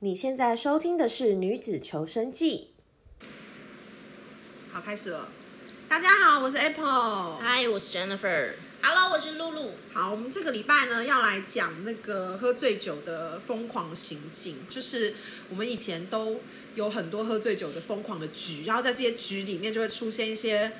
你现在收听的是《女子求生记好，开始了。大家好，我是 Apple。嗨，我是 Jennifer。Hello，我是露露。好，我们这个礼拜呢要来讲那个喝醉酒的疯狂行径，就是我们以前都有很多喝醉酒的疯狂的局，然后在这些局里面就会出现一些，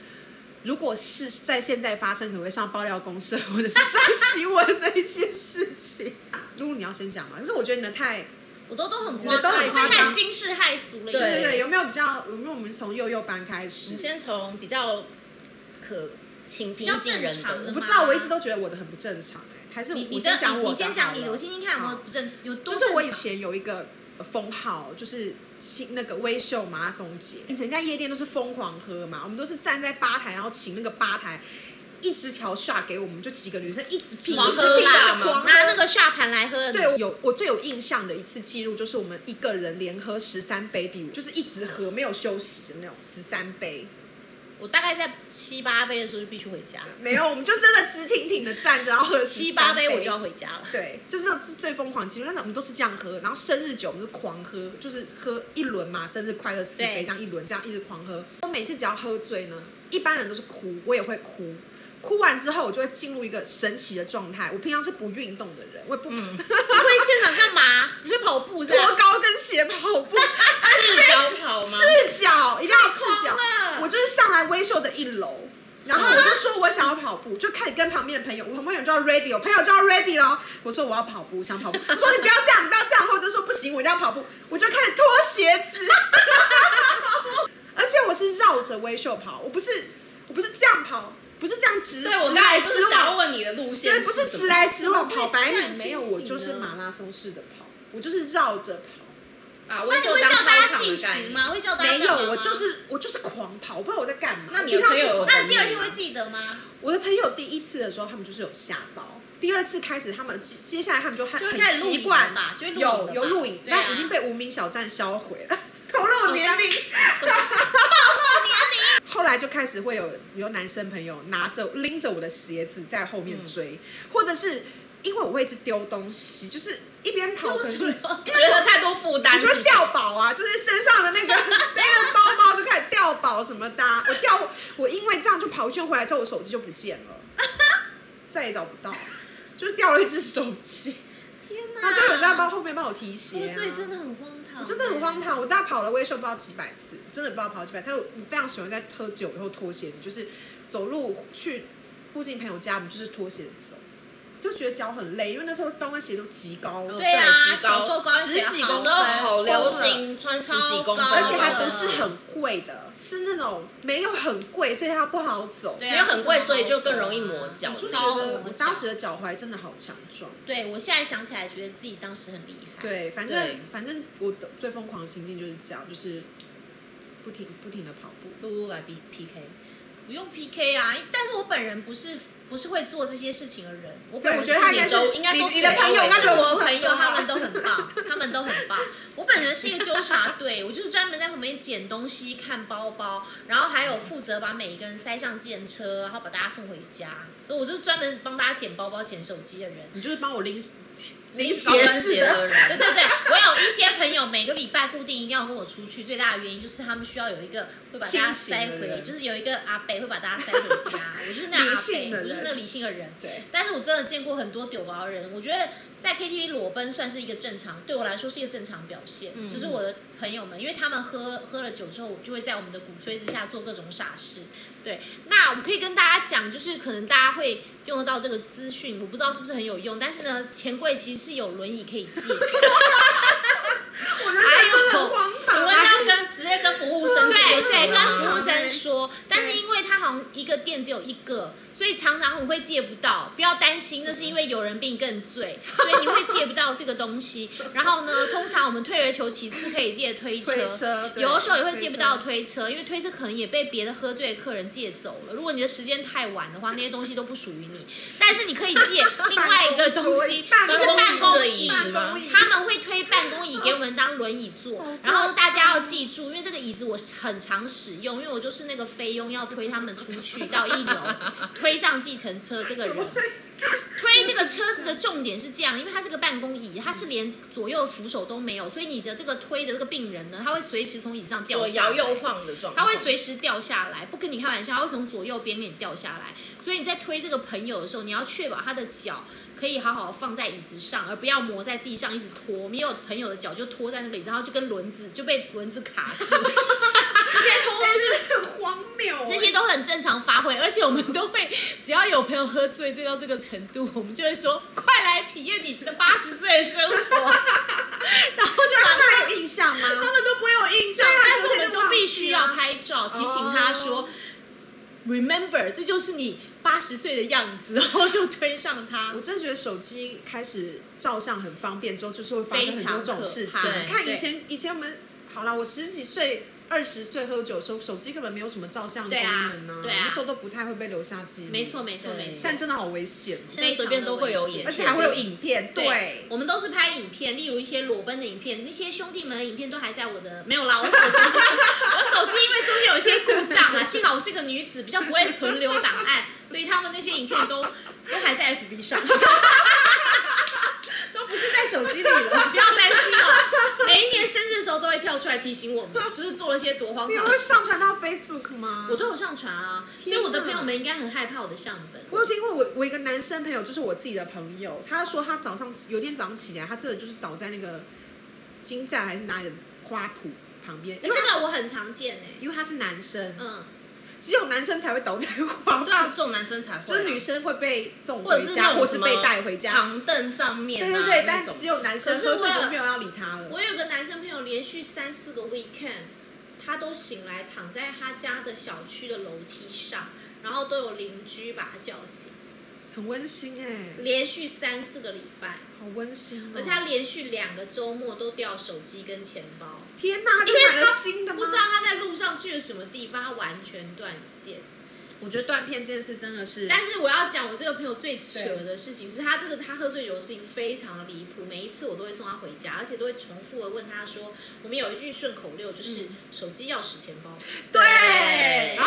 如果是在现在发生，可能会上爆料公社或者是上新闻的一些事情。露露，你要先讲嘛？可是我觉得你的太我都都很你的夸都张，很夸张太惊世骇俗了。对对对，对，有没有比较？有没有我们从幼幼班开始你？先从比较可请平易近比较人正常的我的不知道，我一直都觉得我的很不正常哎、还是你我你先先讲讲我你先好讲你了的，我先听看有没好有不正有多就是我以正常前有一个呃封号，就是新那个微秀马拉松节，以前在夜店都是疯狂喝嘛，我们都是站在吧台，然后请那个吧台一直调 shot 给我们，就几个女生一直拼，一直拼，狂一直喝辣拼吗狂？喝拿那个下盘来喝的女对，生，我有我最有印象的一次记录就是我们一个人连喝十三杯啤酒，就是一直喝没有休息的那种十三杯，我大概在七八杯的时候就必须回家，没有，我们就真的直挺挺的站着，然后喝了七13八杯我就要回家了。 对，这是最疯狂的记录。那我们都是这样喝，然后生日酒我们是狂喝，就是喝一轮嘛，生日快乐四杯对这样一轮，这样一直狂喝。我每次只要喝醉呢，一般人都是哭，我也会哭。哭完之后，我就会进入一个神奇的状态。我平常是不运动的人，我也不嗯 你会现场干嘛？你去跑步是脱吧？高跟鞋跑步， 赤脚跑吗？赤脚一定要赤脚太狂。了我就是上来微秀的一楼，然后我就说我想要跑步，就开始跟旁边的朋友，我朋友就要 ready，我朋哦友就要 ready 咯。我说我要跑步，想跑步。我说你不要这样，你不要这样，或者说不行，我一定要跑步。我就开始脱鞋子，而且我是绕着微秀跑，我不是我不是这样跑，不是这样直对，我直刚才来就直是想要往，问你的路线对，什么，不是直来直往跑百这米，样很啊没有，清我醒就是呢马拉松式的跑，我就是绕着跑。啊，那那你会叫大家进食？吗？会叫大家 没 干嘛有，吗我就是我就是狂跑，我不知道我在干嘛。那你我平有常朋友有那嗯那你第二天会记得吗？我的朋友第一次的时候，他们就是有吓到。第二次开始，他们接接下来他们就很就会很开始录习影惯吧就会录影有了有吧录影，对啊但已经被无名小站销毁 了，透露年 龄。后来就开始会有有男生朋友拿着拎着我的鞋子在后面追，嗯或者是因为我会一直丢东西，就是一边跑可能就觉得太多负担，你就会掉宝啊，就是身上的那个那个包包就开始掉宝什么的啊、我掉，我因为这样就跑一圈回来之后，我手机就不见了，再也找不到，就是掉了一只手机。天哪！然后就有人在帮后面帮我提鞋、啊，所以真的很荒唐，欸真的很荒。唐。我大概跑了微秀不知道几百次，真的不知道跑了几百次。但我我非常喜欢在喝酒以后脱鞋子，就是走路去附近朋友家，我们就是脱鞋子走，就觉得脚很累，因为那时候高跟鞋都极高。对对啊极，高小时候高跟鞋十几好公分有时候好流行穿十几公分的，而且还不嗯是很贵的，是那种没有很贵，所以它不好走。对啊没有很贵，所以就更容易磨脚。我就超觉得我磨脚哎当时的脚踝真的好强壮。对我现在想起来，觉得自己当时很厉害。，对，反正对反正我的最疯狂的行径就是这样，就是不停不停的跑步。不不来 B P K，不用 PK 啊，但是我本人不是不是会做这些事情的人，我对，本我人觉是得他应该每你周是应该说你的是朋友应该觉得我我朋友他们都都很棒，他们都很棒。我本人是一个纠察 队，我就是专门在旁边捡东西、看包包，然后还有负责把每一个人塞上电车，然后把大家送回家。所以我就是专门帮大家捡包包、捡手机的人。你就是帮我拎拎高鞋跟子鞋的的。人， 对对对，我有一些朋友每个礼拜固定一定要跟我出去，最大的原因就是他们需要有一个会把大家清醒塞的回，人就是有一个阿北会把大家塞回家。我就是那阿理性北，的我就是人那个理性的人。对，但是我真的见过很多丢包的人，我觉得在 KTV 裸奔算是一个正常，对我来说是一个正常表现。就是我的朋友们，因为他们喝喝了酒之后，就会在我们的鼓吹之下做各种傻事。对，那我可以跟大家讲，就是可能大家会用得到这个资讯，我不知道是不是很有用，但是呢，钱柜其实是有轮椅可以借。我觉得哎这个真的很荒哎请唐问啊。要跟直接跟服务生对对，说啊谁跟跟服服务务生生说，但是因为他好像一个店只有一个，所以常常我会借不到。不要担心，那是因为有人病更 醉，所以你会借不到这个东西。然后呢，通常我们退而求其次可以借推车，推车对有的时候也会借不到推车推车，因为推车可能也被别的喝醉的客人借走了。如果你的时间太晚的话，那些东西都不属于你。但是你可以借另外一个东西，办就公是桌办公办公椅椅。办公椅他们会推办公椅给我们当轮椅坐。然后大家要记住，因为这个椅子我很常使用，因为我就是那个菲佣要推他们出去到一楼，推上计程车这个人。推这个车子的重点是这样，因为它是个办公椅，它是连左右扶手都没有，所以你的这个推的这个病人呢，他会随时从椅子上掉左下摇来。右晃的状态，它会随时掉下来，不跟你开玩笑，它会从左右边给你掉下来。所以你在推这个朋友的时候，你要确保他的脚可以好好放在椅子上，而不要磨在地上一直拖。我们也有朋友的脚就拖在那个椅子上，然后就跟轮子就被轮子卡住。 这些通但是很荒谬欸、这些都很正常发挥，而且我们都会，只要有朋友喝醉醉到这个程度，我们就会说：“快来体验你的八十岁的生活。” 然后就把他们还有印象吗？他们都不会有印象对啊，但是我可是们就忘都记必须要拍照，提醒他说哦：“Remember，这就是你八十岁的样子。”然后就推上他我。真的觉得手机开始照相很方便之后，就是会发生很多这种事情非常可。怕你看对以前以前我们好啦，我十几岁、二十岁喝酒的时候，手机根本没有什么照相功对啊能对啊那时候都不太会被留下记录。没错，，没错，对没错现。在真的好危险哦，现在随便都会有演，而且还会有影片。对，我们都是拍影片，例如一些裸奔的影片，那些兄弟们的影片都还在我的没有啦，我手机，我手机因为中间有一些故障啊，幸好我是个女子，比较不会存留档案，所以他们那些影片都都还在 FB 上，都不是在手机里了。不要担心哦。每一年生日的时候都会跳出来提醒我们，就是做了些多 荒你唐会的事上传到 Facebook 吗？我都有上传啊，所以我的朋友们应该很害怕我的相本。我有听过我，我一个男生朋友，就是我自己的朋友，他说他早上有一天早上起来，他真的就是倒在那个金站还是哪里的花圃旁边，欸这因为他是个我很常见哎、因为他是男生，嗯，只有男生才会倒在花圃，对啊，这种男生才会啊，就是女生会被送或者回是家，那或种是什么被带回家。长凳上面啊，对对对，那但种只有男生可是喝醉我有都没有要理他了。我有个男生朋友，连续三四个 weekend，他都醒来躺在他家的小区的楼梯上，然后都有邻居把他叫醒，很温馨哎，连续三四个礼拜，好温馨哦！而且嗯他连续两个周末都掉手机跟钱包，天哪，他就因为买了他新的吗不？知啊道他在路上去了什么地方，他完全断线。我觉得断片这件事真的是但是我要讲，我这个朋友最扯的事情是他这个他喝醉酒的事情非常的离谱，每一次我都会送他回家，而且都会重复的问他说，我们有一句顺口溜就是手机、钥匙、钱包，对，然后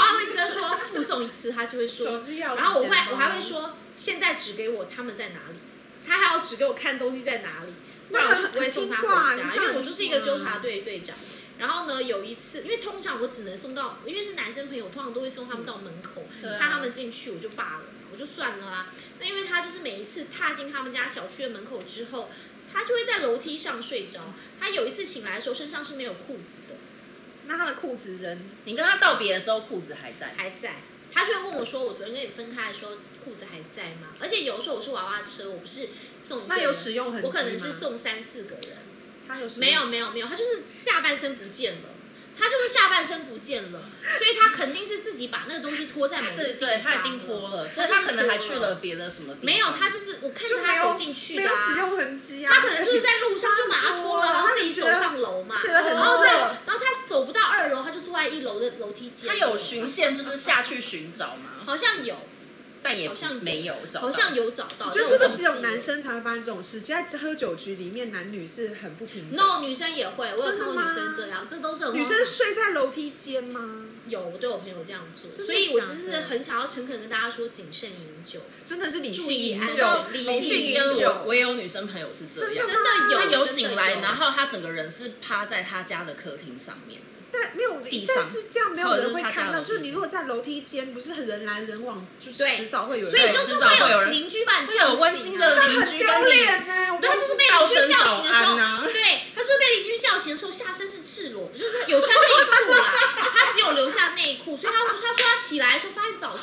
他会跟他说附送一次，他就会手说，机要，然后我会我还会，说现在指给我他们在哪里，他还要指给我看东西在哪里，不那然很我就不会送他很回听话家，你因这样为很我就是一个听话纠察队队长。然后呢，有一次，因为通常我只能送到，因为是男生朋友，通常都会送他们到门口，对啊怕他们进去，我就罢了，我就算了啦。那因为他就是每一次踏进他们家小区的门口之后，他就会在楼梯上睡着。他有一次醒来的时候，身上是没有裤子的，那他的裤子扔你跟他道别的时候裤子还在，还在。他居然问我说：“我昨天跟你分开的时候，裤子还在吗？”而且有的时候我是娃娃车，我不是送一个那人有使用痕迹我可能吗是送三四个人，他有使用没有？没有没有，他就是下半身不见了，他就是下半身不见了，所以他肯定是自己把那个东西拖在某个对地方对，他一定脱了，所以他可能还去了别的什么地方，没有，他就是我看着就没他有走进去没的、有使啊。用痕迹啊，他可能就是在路上就把它拖了，然后自己走上楼嘛，觉得很然后在，热然后他走不到二楼，他就坐在一楼的楼梯间。哦他有循线，就是下去寻找嘛，好像有，但也好像有没有找到，好像有找到。 我觉得是不是只但有我忘记了男生才会发生这种事？就在喝酒局里面，男女是很不平等。 ？No，女啊生也会，我有看真的过吗女生这样，这都是很女荒生唐睡在楼梯间吗？有，我对我朋友这样做，真的所以我假的只是很想要诚恳跟大家说，谨慎饮酒。真的是理注性意饮安酒全，理理性性饮因为我酒。我也有女生朋友是这样，真真的有，她真的有醒来，有然后她整个人是趴在她家的客厅上面，但没有地，上但是这样没有人会看或者是他家到。楼就是梯你如果在楼梯间，不是很人来人往，就是对迟早会有人。所以就是迟早会会有人邻居把你会叫有醒啊温馨的这邻很居丢跟你脸呢。我对，他就是被道邻声居叫醒的时早候，安啊对，他说被邻居叫醒的时候，下身是赤裸的，就是有穿内裤啦，他只有留下内裤，所以他他说他起来的时候发现早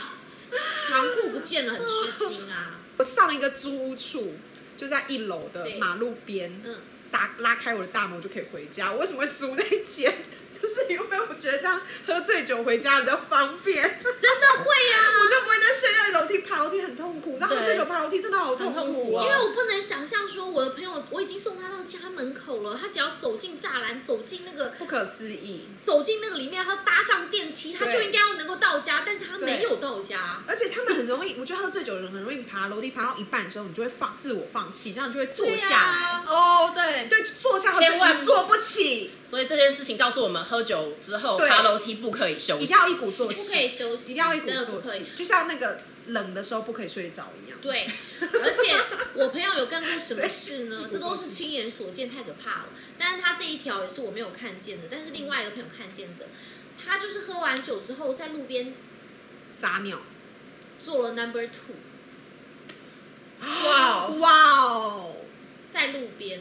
长裤不见了，很吃惊啊。我上一个租屋处就在一楼的对马路边，嗯，打拉开我的大门，我就可以回家。我为什么会租那一间？ 就是因为我觉得这样喝醉酒回家比较方便， 真的会呀、我就不会再睡在楼梯爬楼梯很痛苦。你知道喝醉酒爬楼梯真的好痛很痛苦苦哦啊因为我不能想象说我的朋友，我已经送他到家门口了，他只要走进栅栏，走进那个不可思议。走进那个里面，他搭上电梯，他就对应该要能够到家，但是他没对有到家。而且他们很容易，我觉得喝醉酒的人很容易爬楼梯爬到一半的时候，你就会放自我放弃，然后你就会坐对下来。呀哦，对，对啊对，坐下千万就一坐不起，所以这件事情告诉我们，喝酒之后对爬楼梯不可以休一息定。要一鼓作不气，可以休息，一定要一鼓真的不作可以气。，就像那个冷的时候不可以睡着一样。对，而且我朋友有干过什么事 呢？这都是亲眼所见，太可怕了。但是他这一条也是我没有看见的，但是另外一个朋友看见的，他就是喝完酒之后在路边撒尿。做了 number two，哇哦哇哦！在路边，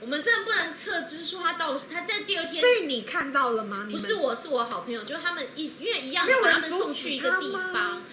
我们真的不能撤支说他到底是他在第二天所以你看到了吗？你不们是我是我好朋友，就是他们一因为一样没有把人他们送阻止去一个他地吗方，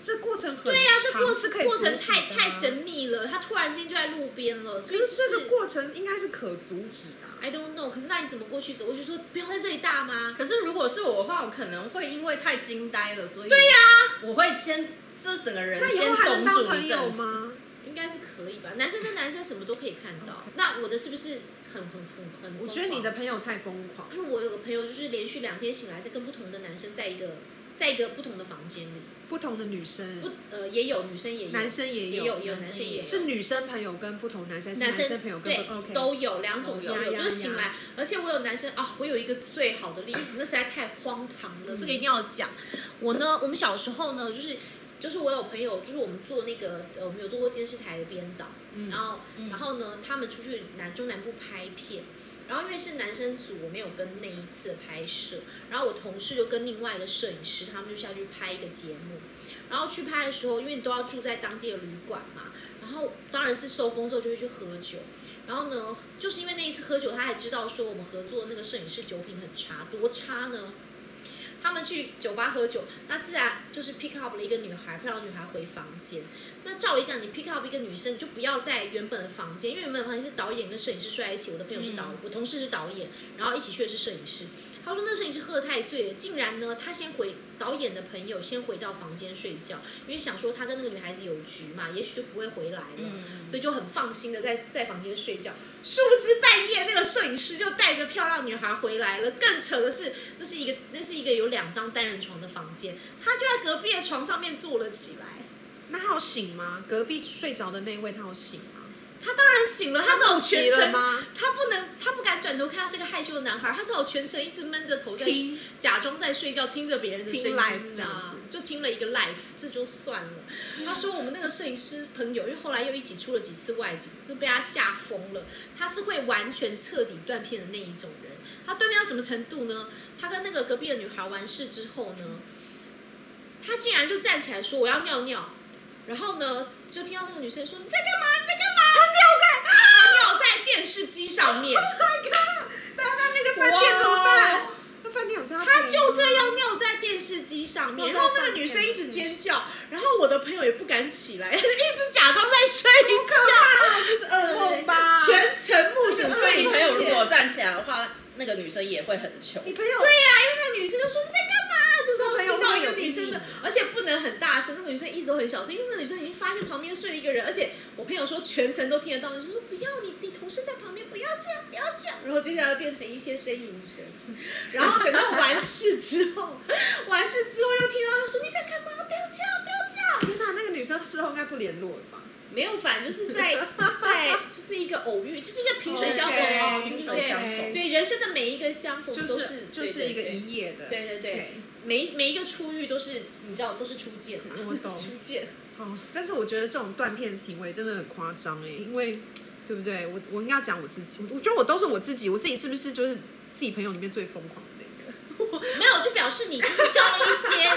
这过程很对呀、这长过是可以过程阻止的太啊太神。秘了，他突然间就在路边了，所可以是就这个过程应该是可阻止的啊。 I don't know，可是那你怎么过去走过去说不要在这里大吗？可是如果是我的话，我可能会因为太惊呆了，所以对呀、啊我会先这整个人那以先后还能冻当住朋一友阵子。吗？应该是可以吧，男生跟男生什么都可以看到。那我的是不是很很很很？我觉得你的，朋友太疯狂就。是我有个朋友，就是连续两天醒来在跟不同的男生在一个在一个不同的房间里，不同的女生，不呃也有女生也有，男生也也有也有男男生生也也有有。是女生朋友跟不同男生，是男生朋友跟对不 OK 都有两种都都有有，呀就是醒呀来，而且我有男生啊、我有一个最好的例子，那实在太荒唐了，这个一定要讲。我呢，我们小时候呢，就是就是我有朋友，就是我们做那个呃，我们有做过电视台的编导，然后、然后呢，他们出去南中南部拍片。然后因为是男生组，我没有跟那一次的拍摄，然后我同事就跟另外一个摄影师，他们就下去拍一个节目，然后去拍的时候，因为你都要住在当地的旅馆嘛，然后当然是收工之后就会去喝酒，然后呢，就是因为那一次喝酒，他还知道说我们合作的那个摄影师酒品很差，多差呢？他们去酒吧喝酒，那自然就是 pick up 了一个女孩，漂亮女孩回房间。那照理讲，你 pick up 一个女生，你就不要在原本的房间，因为原本的房间是导演跟摄影师睡在一起。我的朋友是导，我同事是导演，然后一起去的是摄影师。他说那摄影师喝得太醉了，竟然呢，他先回导演的朋友先回到房间睡觉，因为想说他跟那个女孩子有局嘛，也许就不会回来了，嗯所以就很放心的在在房间睡觉。殊不知半夜那个摄影师就带着漂亮女孩回来了。更扯的是，那是一个那是一个有两张单人床的房间，他就在隔壁的床上面坐了起来。那他有醒吗？隔壁睡着的那位他有醒吗？他当然醒了，他只好全他好奇程了吗？他不能，他不敢转头看，他是个害羞的男孩，他只好全程一直闷着头在听假装在睡觉，听着别人的听声音 live 这样啊子就听了一个 live，这就算了。他说我们那个摄影师朋友，因为后来又一起出了几次外景，就被他吓疯了。他是会完全彻底断片的那一种人。他断片到什么程度呢？他跟那个隔壁的女孩完事之后呢，他竟然就站起来说我要尿尿，然后呢，就听到那个女生说你在干嘛？你在干嘛？他尿在他尿在电视机上面。那那那个饭店怎么办？那饭店有这样？他就这样尿在电视机上面，然后那个女生一直尖叫，然后我的朋友也不敢起来，一直假装在睡觉，就是噩梦吧？全程目睹这是所以你这朋一友如切。果站起来的话，那个女生也会很糗。你朋友对呀、因为那个女生就说你在干嘛？这时候听到一个女生这朋友会不会有阴影的啊，而且不能很大声，那个女生一直都很小声，因为那个女生已经发现旁边睡了一个人，而且我朋友说全程都听得到，就说不要你你同事在旁边，不要这样，不要这样。然后接下来变成一些呻吟声，然后等到完事之后，完事之后又听到他说你在干嘛？不要这样，不要这样。天哪，那个女生事后应该不联络了吧？没有，反正就是在在就是一个偶遇，就是一个萍水相逢 OK，哦，萍对不水相逢对？对人生的每一个相逢就都是就对是一个对对一夜的，对对对，每每一个初遇都是你知道都是初见嘛，我懂初见。哦，但是我觉得这种断片行为真的很夸张哎，因为对不对？我我应该要讲我自己，我我觉得我都是我自己，我自己是不是就是自己朋友里面最疯狂的那个？没有，就表示你就是交了一些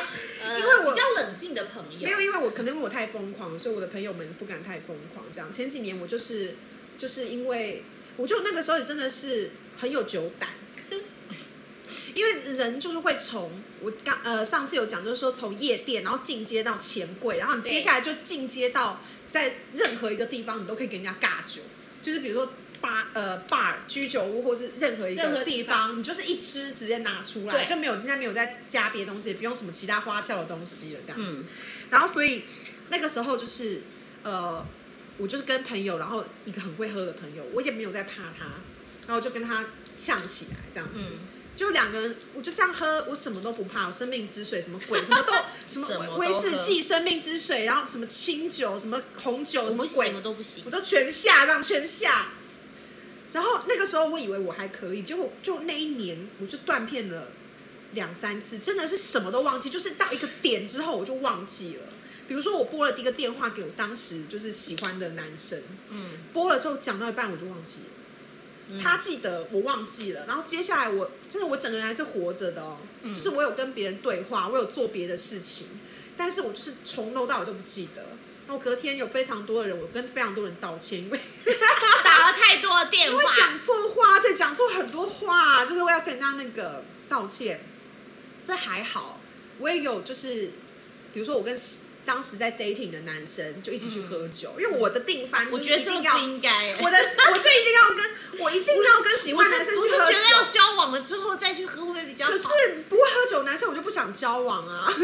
呃因为我比较冷静的朋没有，友。因为我可能因为我太疯狂了，所以我的朋友们不敢太疯狂。这样前几年我就是就是因为，我就那个时候也真的是很有酒胆，因为人就是会从我刚呃上次有讲，就是说从夜店然后进阶到钱柜，然后你接下来就进阶到在任何一个地方你都可以跟人家尬酒，就是比如说。吧呃 bar 居酒屋或是任何一任个何地地方，你就是一支直接拿出来，对就没有今天没有再加别的东西，也不用什么其他花俏的东西了，这样子。嗯然后所以那个时候就是呃，我就是跟朋友，然后一个很会喝的朋友，我也没有在怕他，然后就跟他呛起来这样嗯子。就两个人，我就这样喝，我什么都不怕，我生命之水什么鬼，什么 都什什么么都威士喝忌生命之水，然后什么清酒，什么红酒，什我么不鬼行，我，都不行我。都全下，这样全下。然后那个时候我以为我还可以，结果就那一年我就断片了两三次，真的是什么都忘记，就是到一个点之后我就忘记了。比如说我拨了第一个电话给我当时就是喜欢的男生，嗯，播了之后讲到一半我就忘记了，他记得我忘记了，然后接下来我真的我整个人还是活着的哦，就是我有跟别人对话，我有做别的事情，但是我就是从头到尾都不记得。然后隔天有非常多的人，我跟非常多人道歉， 因为打了太多的电因话为，讲错话，而且讲错很多话，就是我要跟人家那个道歉。这还好，我也有就是，比如说我跟当时在 dating 的男生就一起去喝酒，因为我的定番嗯我就是觉一得这定个要不应该。我的我就一定要跟我一定要跟喜我欢是男生我去是喝觉得要酒。交往了之后再去喝会不会比较好？可是不会喝酒的男生，我就不想交往啊！ 我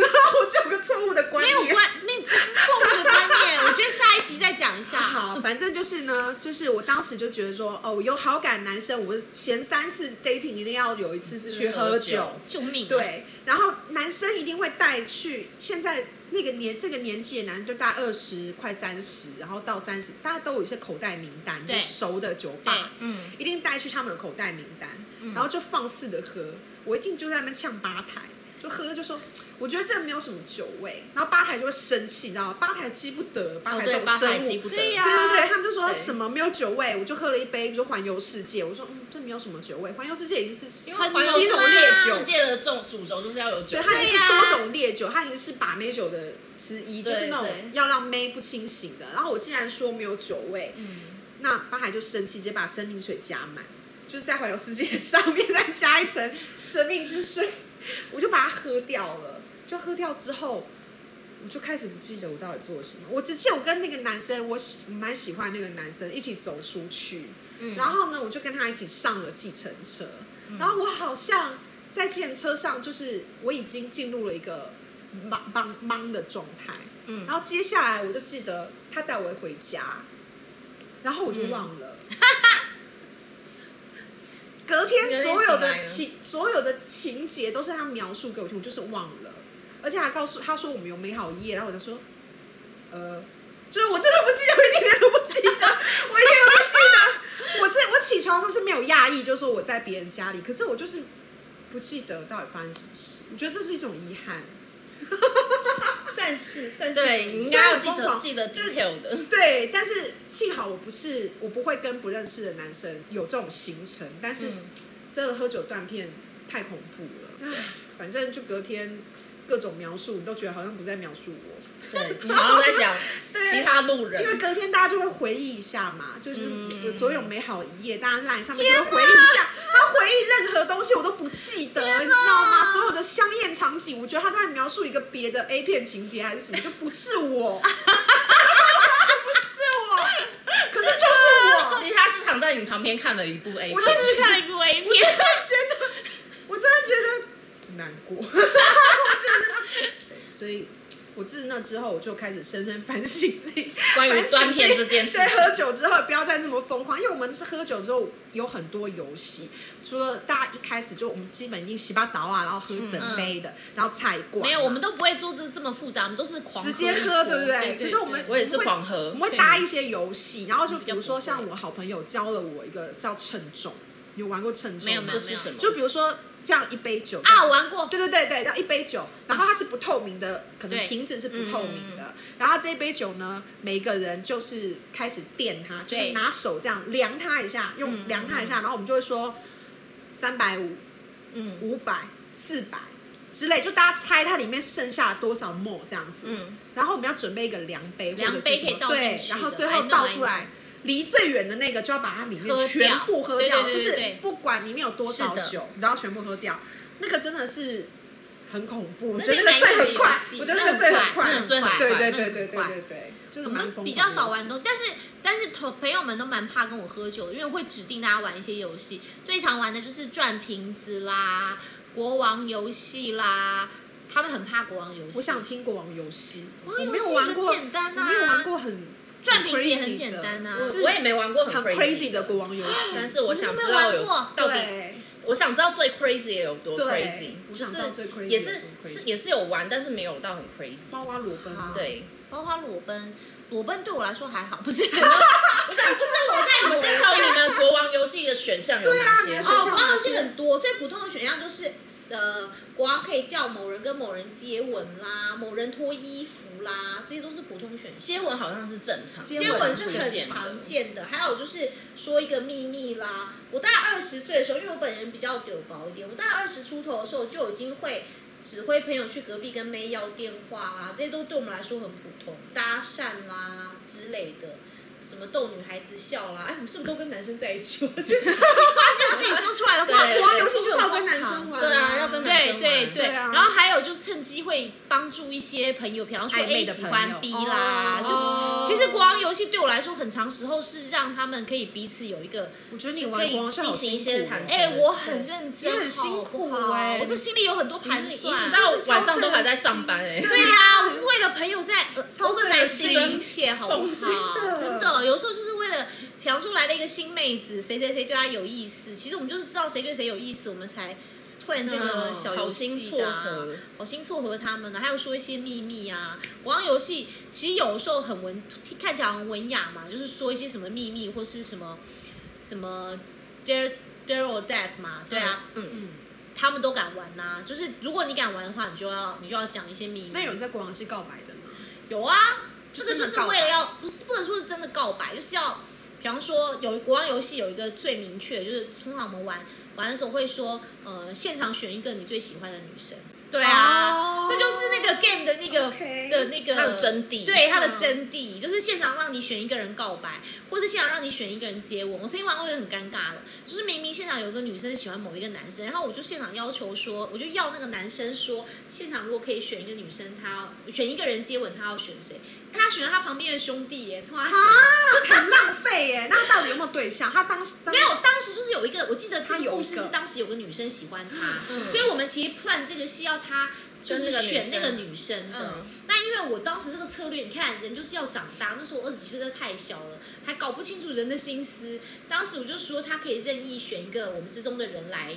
就有个错误的观没念。有关，那这是错误的观 念。我觉得下一集再讲一下。好，反正就是呢，就是我当时就觉得说，哦，有好感男生，我前三次 dating 一定要有一次是去喝酒，救命、啊！，对，然后男生一定会带去，现在那个年这个年纪的男人就大概二十快三十，然后到三十，大家都有一些口袋名单，就对熟的酒吧，嗯，一定带去他们的口袋名单，然后就放肆的喝。我一进就在那边呛吧台，就喝就说，我觉得这没有什么酒味，然后吧台就会生气，你知道吗？吧台激不得，吧哦台这对，种八生海物记，不得，对呀、对对对，他们就说对什么没有酒味，我就喝了一杯，就环游世界。我说嗯，这没有什么酒味，环游世界已经是因为环环游游世世啊界界酒世，界的这种主轴就是要有酒对，，它已经是对呀多种烈酒，它已经是把妹酒的之一，就对是那种对要让妹不清醒的。然后我竟然说没有酒味，嗯那巴海就生气，直接把生命水加满，就是在环游世界上面再加一层生命之水，我就把它喝掉了。就喝掉之后，我就开始不记得我到底做了什么。我之前我跟那个男生，我喜蛮喜欢那个男生，一起走出去，嗯然后呢，我就跟他一起上了计程车，然后我好像在计程车上，就是我已经进入了一个茫茫茫的状态，嗯，然后接下来我就记得他带我回家，然后我就忘 了。隔天所有的情所有的情节都是他描述给我听，我就是忘了，而且还告诉他说我们有美好一夜，然后我就说，呃，就是我真的不记得，我一点都不记得， 我一点都不记得。我是我起床的时候是没有讶异，就是说我在别人家里，可是我就是不记得到底发生什么事。我觉得这是一种遗憾。算是算对，你应该要记得记得 detail 的。对，但是幸好我不是，我不会跟不认识的男生有这种行程。但是真的喝酒断片太恐怖了，唉，反正就隔天各种描述，你都觉得好像不在描述我，对，你好像在 讲其他路因为人。隔天大家就会回忆一下嘛，就是有总有美好一夜，大家烂上面就会回忆一下。他回忆任何东西我都不记得，你知道吗？所有的香艳场景，我觉得他都在描述一个别的 A 片情节还是什么，就不是我，就不是我，可是就是我。其实他是躺在你旁边看了一部 A 我片就，是去看了一部 A 我真片，的觉得，我真的觉得难过。 我真的对所以，我自那之后，我就开始深深反省自己关于反省断片自己这件事对，情喝酒之后不要再这么疯狂，因为我们是喝酒之后有很多游戏，除了大家一开始就我们基本已经洗把倒啊，然后喝整杯的，然后菜啊罐嘛，没有，我们都不会做这这么复杂，我们都是狂直接一喝，锅对不对？可是我们我也是会狂喝我们会搭一些游戏，然后就比如说比较像不会我好朋友教了我一个叫称重，你有玩过称重没有吗没有这是什么？就比如说这样一杯酒啊，我玩过，对对对对，然后一杯酒，然后它是不透明的，可能对瓶子是不透明的，然后这一杯酒呢，每一个人就是开始垫它，就是对嗯拿手这样量它一下，用量它一下，然后我们就会说三百五，嗯，五百，四百。之类，就大家猜它里面剩下多少沫这样子，嗯，然后我们要准备一个量杯，量或者是杯什可以么倒对进，去然后的最，I 后 know，倒 I 出来，离最远的那个就要把它里面喝全掉部喝对对掉，对就对是对不管里面有多少是的酒，你都要全部喝掉。那个真的是很恐怖，我觉那得是那个醉蛮很有快游，戏我觉得那那个很醉很快快，那很醉很对对快那对很对对快对对，就是我蛮们疯比狂较的少游玩戏东，但是但是同朋友们都蛮怕跟我喝酒的，因为我会指定大家玩一些游戏，最常玩的就是转瓶子啦、国王游戏啦，他们很怕国王游戏。我想听国王游戏，国王我游没有戏玩过，很简单我没有啊玩过很转瓶子也很 crazy 简的单啊我是我也没玩过很很 crazy 的国王游戏，但是我想知你道有没有玩过到底，对我想知道最 crazy 有多对 crazy，我就想知道最 crazy 是也是有多 crazy 是也是有玩，但是没有到很 crazy。包挖裸奔啊，对，包括裸奔，裸奔对我来说还好，不是，我想就是我在我裸们先从你们国王游戏的选项有哪些？对啊哦，国王游戏很多，最普通的选项就是呃，国王可以叫某人跟某人接吻啦，某人脱衣服啦，这些都是普通选项。接吻好像是正常，接吻是出很现的常见的，还有就是说一个秘密啦。我大概二十岁的时候，因为我本人比较丢高一点，我大概二十出头的时候就已经会指挥朋友去隔壁跟妹要电话啦，这些都对我们来说很普通，搭讪啦之类的。什么逗女孩子笑啦？哎，我是不是都跟男生在一起？ 我 就发现自己说出来的话，对国王对游戏就是要跟男荒生唐玩，对啊，要跟男生对玩对对，对啊然后哦还有就趁机会帮助一些朋友，比方说暧 A 昧的喜朋欢友 B 啦，哦就其实国王游戏对我来说，很长时候是让他们可以彼此有一个，我觉得你玩国王是好进行一辛苦些哦谈，哎、我很认你真，很辛苦好不好哎我这心里有很多盘算。到晚上都还在上班哎，对呀、我是为了朋友在呃超我们市来的心一切，好不好？的真的，有时候就是为了，比方说来了一个新妹子，谁谁谁对她有意思，其实我们就是知道谁对谁有意思，我们才 plan 这个小游戏的、啊好心撮合，好心撮合他们呢、还有说一些秘密啊。国王游戏其实有时候很文，看起来很文雅嘛，就是说一些什么秘密或是什么什么 dare dare or death 嘛，对啊。嗯，他们都敢玩呐、就是如果你敢玩的话，你就要你就要讲一些秘密。那有人在国王游戏告白的吗？有啊，这就个真就的是告白为了要不是不能说是真的告白，就是要，比方说有国王游戏有一个最明确，就是通常我们玩玩的时候会说，呃，现场选一个你最喜欢的女生。对啊哦这就是那个 game 的那个 OK 的那个它的真谛对它的嗯真谛，就是现场让你选一个人告白，或者现场让你选一个人接吻。我曾经玩过一个很尴尬的，就是明明现场有一个女生喜欢某一个男生，然后我就现场要求说，我就要那个男生说，现场如果可以选一个女生，他要选一个人接吻，他要选谁？他选了他旁边的兄弟耶，冲他笑。啊，很浪费耶！那他到底有没有对象？他当时没有，当时就是有一个，我记得这他有一个故事个是当时有个女生喜欢他，所以我们其实 plan 这个是要他就跟是选那那个女个生女生的嗯。那因为我当时这个策略，你看人就是要长大，那时候我二十几岁，真的太小了，还搞不清楚人的心思。当时我就说他可以任意选一个我们之中的人来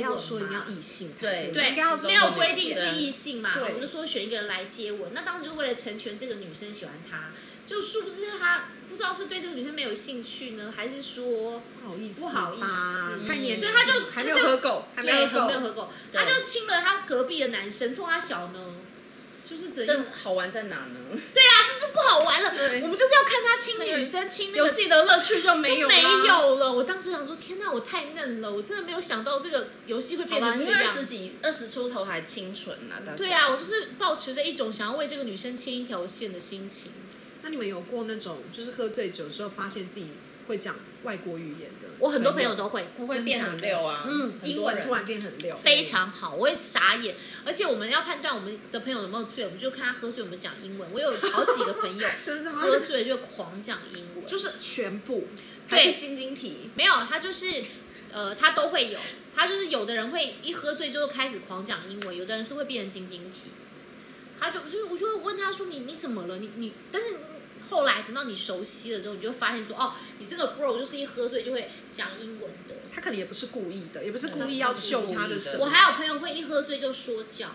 也吻要嘛。说你要异性才对可以对，应该要没有同规性定是异性嘛，对我就说选一个人来接吻。那当时就为了成全这个女生喜欢他，就殊不知他不知道是对这个女生没有兴趣呢，还是说不好意思，不好意思太年轻，所以他就还没有喝够，还没对有很没有够，喝够，对他就亲了他隔壁的男生，冲他小呢，就是这样这。好玩在哪呢？对啊，这就不好玩了。对我们就是要看他亲女生，亲那游个戏的乐趣就没有没啦。有了。我当时想说，天哪，我太嫩了，我真的没有想到这个游戏会好变吧，成这因个为二样十子。几、二十出头还清纯啊，大家对啊，我就是保持着一种想要为这个女生牵一条线的心情。那你们有过那种就是喝醉酒之后发现自己会讲外国语言的？我很多朋友都会，都会变很溜啊，嗯，很英多人文突然变很溜，非常好，我也傻眼。而且我们要判断我们的朋友有没有醉，我们就看他喝醉，我们讲英文。我有好几个朋友 真的吗？喝醉就狂讲英文，就是全部还是晶晶体？没有，他就是呃，他都会有，他就是有的人会一喝醉就开始狂讲英文，有的人是会变成晶晶体。他就就是，我就问他说你你怎么了？你你，但是后来等到你熟悉了之后，你就发现说哦，你这个 bro 就是一喝醉就会讲英文的。他可能也不是故意的，也不是故嗯意要秀他的什对我么，还有朋友会一喝醉就说教，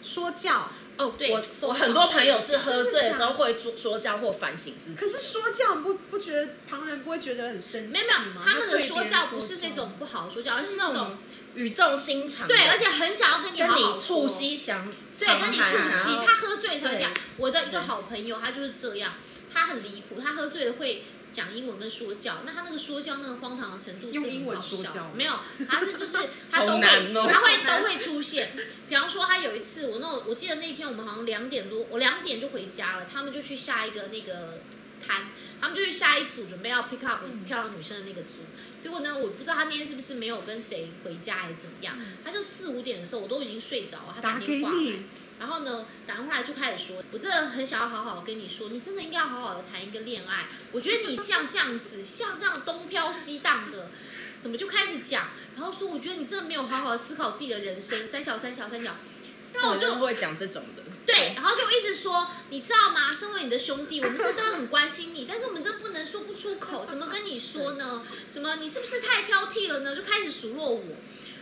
说教。哦，对，我疯我狂很多朋友是喝真的醉假的的时候会说说教或反省自己。可是说教不不觉得旁人不会觉得很生没气有没有，吗？他们的对别说人教不是那种不好的说教，而是那种语重心长的，对，而且很想要跟你跟好好你促说膝相，对，跟你促膝，哦他喝醉才会讲对。我的一个好朋友，他就是这样，他很离谱，他喝醉了会讲英文跟说教。那他那个说教那个荒唐的程度是用很英文好说笑教吗没有，他是就是 他都好会，难哦他会都会出现。比方说，他有一次，我那我记得那天我们好像两点多，我两点就回家了，他们就去下一个那个摊。他们就去下一组，准备要 pick up 嗯漂亮女生的那个组。结果呢，我不知道他那天是不是没有跟谁回家还是怎么样，他就四五点的时候，我都已经睡着了，他嗯打电给话你，然后呢，打电话来就开始说，我真的很想要好好跟你说，你真的应该好好的谈一个恋爱。我觉得你像这样子，像这样东飘西荡的，怎么就开始讲，然后说我觉得你真的没有好好的思考自己的人生，三小三小三小。然后我我就就会讲这种的。对，然后就一直说，你知道吗？身为你的兄弟，我们是都很关心你，但是我们真不能说不出口，怎么跟你说呢？什么你是不是太挑剔了呢？就开始数落我。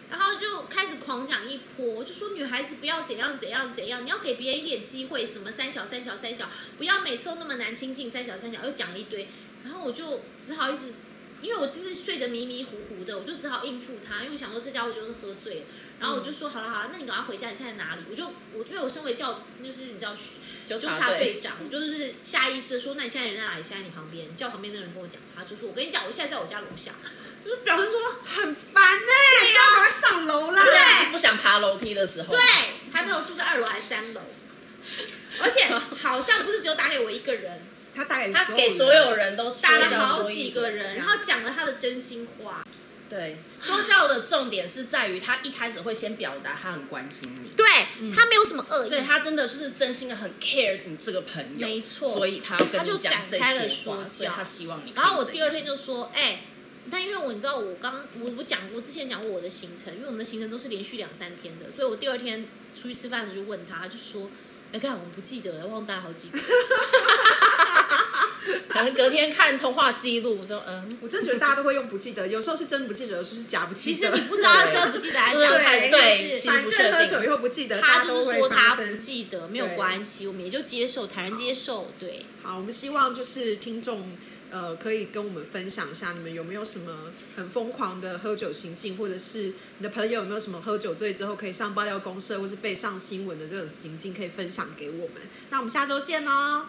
然后就开始狂讲一波，就说女孩子不要怎样怎样怎样，你要给别人一点机会，什么三小三小三小，不要每次都那么难亲近，三小三小又讲了一堆，然后我就只好一直，因为我其实睡得迷迷糊糊的，我就只好应付他，因为我想说这家伙就是喝醉了，然后我就说好了好了，那你赶快回家，你现在哪里？我就我因为我身为教就是你知道纠纠察队，长，我就是下意识地说，那你现在人在哪里？现在你旁边，你叫旁边那个人跟我讲话，就说我跟你讲，我现在在我家楼下。就是表示说很烦哎、欸，就要赶快上楼啦。现在是不想爬楼梯的时候。对，他那时候住在二楼还是 三楼，而且好像不是只有打给我一个人，他打给他给所有人都打说这了样好说几一个个人，然后讲了他的真心话。对，说教的重点是在于他一开始会先表达他很关心你，对、嗯他没有什么恶对，他真的是真心的很 care 你这个朋友，没错所以他要跟他就你讲展这开了些说话，所以教他希望你。然后我第二，天就说，哎、但因为我你知道我刚我我讲过之前讲过我的行程，因为我们的行程都是连续两三天的，所以我第二天出去吃饭的时候就问他，他就说，哎、干我们不记得了，忘带好几个。可能隔天看通话记录，就嗯，我真的觉得大家都会用不记得，有时候是真不记得，有时候是假不其记实得。你不知道他真的不记得还是假的，对但对是其实反不正确喝定酒以后不记得，大他家就都是会说发他不生。记得，没有对关系，我们也就接受，坦然接受，对。好，我们希望就是听众呃可以跟我们分享一下，你们有没有什么很疯狂的喝酒行径，或者是你的朋友有没有什么喝酒醉之后可以上爆料公社或是被上新闻的这种行径，可以分享给我们。那我们下周见喽，哦